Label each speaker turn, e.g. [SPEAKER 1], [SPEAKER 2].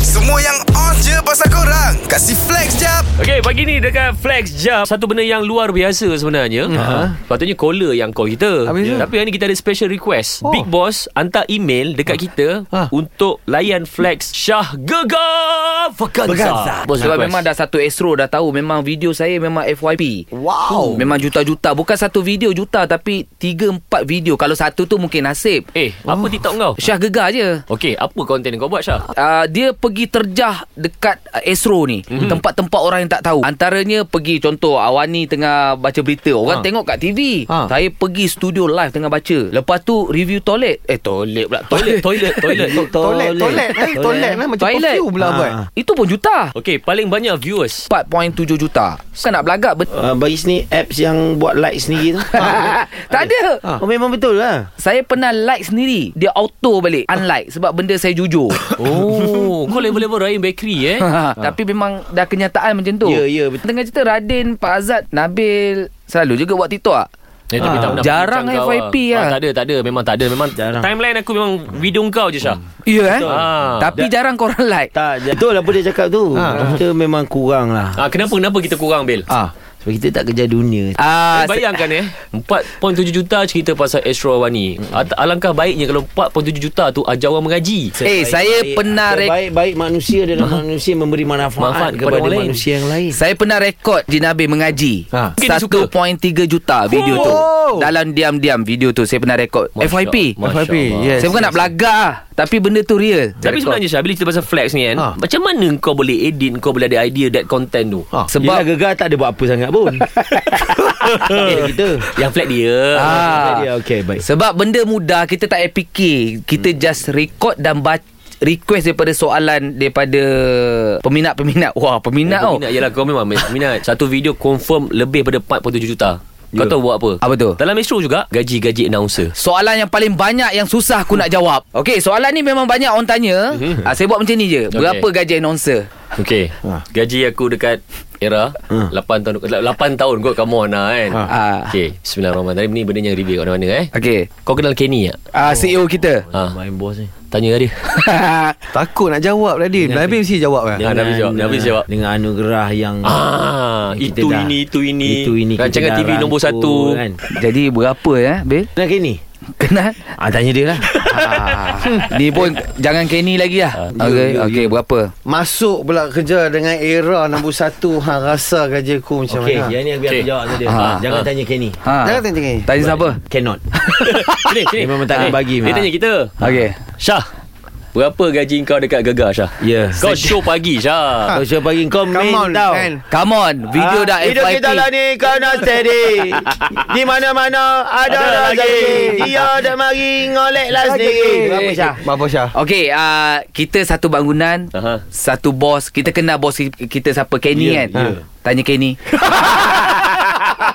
[SPEAKER 1] Semua yang on je pasal korang Kasih flex jap
[SPEAKER 2] Okey, pagi ni dekat Flex Jam Satu benda yang luar biasa sebenarnya uh-huh. Patutnya caller yang call kita
[SPEAKER 3] Habis tu?
[SPEAKER 2] Tapi hari ni kita ada special request oh. Big Boss hantar email dekat kita
[SPEAKER 3] Ah.
[SPEAKER 2] Untuk layan Flex Syah Gegar
[SPEAKER 3] Vaganza.
[SPEAKER 2] Vaganza Bos
[SPEAKER 4] Sebab
[SPEAKER 2] request.
[SPEAKER 4] memang dah satu Astro dah tahu Memang video saya memang FYP
[SPEAKER 3] Wow.
[SPEAKER 4] Memang juta-juta Bukan satu video juta Tapi tiga empat video Kalau satu tu mungkin nasib
[SPEAKER 2] Eh,
[SPEAKER 3] Ah.
[SPEAKER 2] apa TikTok kau?
[SPEAKER 4] Syah gegar je
[SPEAKER 2] Okey, apa konten kau buat Syah?
[SPEAKER 4] Uh, dia pergi terjah dekat uh, Astro ni
[SPEAKER 3] Mhm.
[SPEAKER 4] mm-hmm. Tempat-tempat orang yang tak tahu Antaranya pergi contoh Awani tengah baca berita Orang
[SPEAKER 2] Ha.
[SPEAKER 4] tengok kat TV
[SPEAKER 3] Ha.
[SPEAKER 4] Saya pergi studio live tengah baca Lepas tu review toilet Eh toilet pula
[SPEAKER 2] Toilet, toilet, toilet
[SPEAKER 3] Toilet, toilet, eh, toilet, eh, macam perfume pula buat.
[SPEAKER 4] Ha. Itu pun juta
[SPEAKER 2] Okey, paling banyak viewers
[SPEAKER 4] 4.7 juta Bukan nak belagak bet-
[SPEAKER 5] Uh, bagi sini apps yang buat like sendiri tu.
[SPEAKER 4] Tak ada Ah.
[SPEAKER 3] Ha.
[SPEAKER 5] Oh memang betul lah.
[SPEAKER 4] Saya pernah like sendiri Dia auto balik Unlike Sebab benda saya jujur
[SPEAKER 2] Oh,
[SPEAKER 3] Hmm.
[SPEAKER 2] kau level-level Ryan Bakery eh
[SPEAKER 4] ha. Tapi memang Dah kenyataan macam tu
[SPEAKER 5] Ya, ya, betul.
[SPEAKER 4] Tengah cerita Radin Pak Azad Nabil Selalu juga buat TikTok tak?
[SPEAKER 2] Eh, tapi
[SPEAKER 3] Ah.
[SPEAKER 2] tak pernah
[SPEAKER 4] Jarang
[SPEAKER 2] bincang kau
[SPEAKER 4] FYP
[SPEAKER 2] ah.
[SPEAKER 4] lah.
[SPEAKER 2] Ah, tak ada, tak ada. Memang tak ada. Memang
[SPEAKER 5] Jarang.
[SPEAKER 2] timeline aku memang video kau je Syah.
[SPEAKER 3] Hmm.
[SPEAKER 4] Ya eh
[SPEAKER 2] Ah.
[SPEAKER 4] Tapi jarang korang like
[SPEAKER 5] Tak, j- betul apa dia cakap tu.
[SPEAKER 4] Ah.
[SPEAKER 5] Ha. Kita memang kurang lah.
[SPEAKER 2] Ah, kenapa kenapa kita kurang Bil?
[SPEAKER 3] Ah.
[SPEAKER 5] Sebab kita tak kerja dunia.
[SPEAKER 2] Eh,
[SPEAKER 4] Ah,
[SPEAKER 2] bayangkan eh 4.7 juta cerita pasal Astro Awani At- Alangkah baiknya kalau 4.7 juta tu ajar orang mengaji
[SPEAKER 4] Eh saya pernah rek- Ah.
[SPEAKER 5] Baik-baik manusia dan manusia memberi
[SPEAKER 2] Manfaat
[SPEAKER 5] manfaat,
[SPEAKER 2] kepada
[SPEAKER 5] kepada,
[SPEAKER 2] orang lain.
[SPEAKER 5] manusia yang lain.
[SPEAKER 4] Saya pernah rekod Jinabi mengaji
[SPEAKER 3] Ha.
[SPEAKER 2] Mungkin dia
[SPEAKER 4] 1.3 juta video tu Dalam diam-diam video tu Saya pernah rekod
[SPEAKER 2] Masya-
[SPEAKER 4] FYP
[SPEAKER 2] Masya
[SPEAKER 3] FYP,
[SPEAKER 2] Allah.
[SPEAKER 3] yes.
[SPEAKER 4] Saya bukan nak belagak ah. Tapi benda tu real
[SPEAKER 2] Tapi sebenarnya Syah Bila cerita pasal flex ni kan
[SPEAKER 3] Ah.
[SPEAKER 2] Macam mana kau boleh edit Kau boleh ada idea That content tu
[SPEAKER 5] Ha.
[SPEAKER 3] Ah.
[SPEAKER 4] Sebab
[SPEAKER 5] Yelah, gegar tak ada buat apa sangat pun. Eh, kita.
[SPEAKER 2] Yang flex dia
[SPEAKER 4] Ah.
[SPEAKER 5] Dia okey baik.
[SPEAKER 4] Sebab benda mudah kita tak payah fikir. Kita hmm. just record dan baca request daripada soalan daripada peminat-peminat. Wah, peminat
[SPEAKER 2] Kau
[SPEAKER 4] oh.
[SPEAKER 2] minat Yelah kau memang minat Satu video confirm Lebih pada 4.7 juta Kau tahu buat apa?
[SPEAKER 4] Apa tu?
[SPEAKER 2] Dalam Astro juga Gaji-gaji announcer
[SPEAKER 4] Soalan yang paling banyak yang susah aku nak jawab. Okey, soalan ni memang banyak orang tanya. Ah, saya buat macam ni je. Berapa gaji announcer?
[SPEAKER 2] Okay
[SPEAKER 5] Ha.
[SPEAKER 2] Gaji aku dekat Era 8 tahun 8 tahun kot Come on lah
[SPEAKER 5] Ha.
[SPEAKER 2] kan
[SPEAKER 4] Ah.
[SPEAKER 2] Okay Bismillahirrahmanirrahim Ni benda yang review kat mana-mana eh
[SPEAKER 4] Okey.
[SPEAKER 2] Kau kenal Kenny tak?
[SPEAKER 4] Ah, CEO kita.
[SPEAKER 2] Ha. Main bos ni Tanya dia
[SPEAKER 3] Takut nak jawab tadi. Nabi mesti jawab kan.
[SPEAKER 2] Ah, Nabi jawab, Nabi jawab.
[SPEAKER 5] Dengan anugerah yang
[SPEAKER 2] Ah,
[SPEAKER 5] Kita
[SPEAKER 2] itu
[SPEAKER 5] dah-
[SPEAKER 2] ini, itu ini. Kan,
[SPEAKER 5] Itu ini kita
[SPEAKER 2] Rancangan
[SPEAKER 5] dah
[SPEAKER 2] TV nombor
[SPEAKER 5] rangkul,
[SPEAKER 2] satu.
[SPEAKER 5] kan.
[SPEAKER 4] Jadi berapa eh, Bil?
[SPEAKER 5] Nak kini?
[SPEAKER 4] Kenal?
[SPEAKER 5] Ah tanya dia lah.
[SPEAKER 4] Ah, ni pun jangan Kenny lagi lah. Okey, okey, berapa?
[SPEAKER 6] Masuk pula kerja dengan era nombor satu ha, Rasa gaji aku macam
[SPEAKER 5] Okey,
[SPEAKER 6] mana
[SPEAKER 5] yang ni aku biar
[SPEAKER 2] Okey.
[SPEAKER 5] aku jawab tadi.
[SPEAKER 4] Ah,
[SPEAKER 5] Jangan
[SPEAKER 2] ah.
[SPEAKER 5] tanya Kenny.
[SPEAKER 4] Ha.
[SPEAKER 6] Jangan tanya ni
[SPEAKER 4] Tanya siapa?
[SPEAKER 5] Cannot.
[SPEAKER 2] sini, sini.
[SPEAKER 5] Dia memang tak nak
[SPEAKER 2] Eh,
[SPEAKER 5] bagi,
[SPEAKER 2] Dia
[SPEAKER 5] Mak.
[SPEAKER 2] tanya kita.
[SPEAKER 4] Okey.
[SPEAKER 2] Syah, berapa gaji kau dekat Gegar, Syah?
[SPEAKER 5] Ya.
[SPEAKER 2] Kau show pagi, Syah.
[SPEAKER 5] Kau siapa pagi kau
[SPEAKER 6] Come
[SPEAKER 5] main
[SPEAKER 6] on
[SPEAKER 5] tau.
[SPEAKER 6] man
[SPEAKER 4] Come on, video dah FYP.
[SPEAKER 5] Hidup kita lah ni Kau nak steady Di mana-mana Ada,
[SPEAKER 2] Ada
[SPEAKER 5] lagi
[SPEAKER 2] lagi.
[SPEAKER 5] Dia dah mari Ngolek lah sendiri
[SPEAKER 6] Berapa Syah?
[SPEAKER 3] Berapa Syah?
[SPEAKER 4] Okey, uh, kita satu bangunan,
[SPEAKER 2] Aha.
[SPEAKER 4] satu bos. Kita kenal bos ki- kita siapa
[SPEAKER 5] Ya,
[SPEAKER 4] Kenny yeah, kan? Yeah. Tanya Kenny.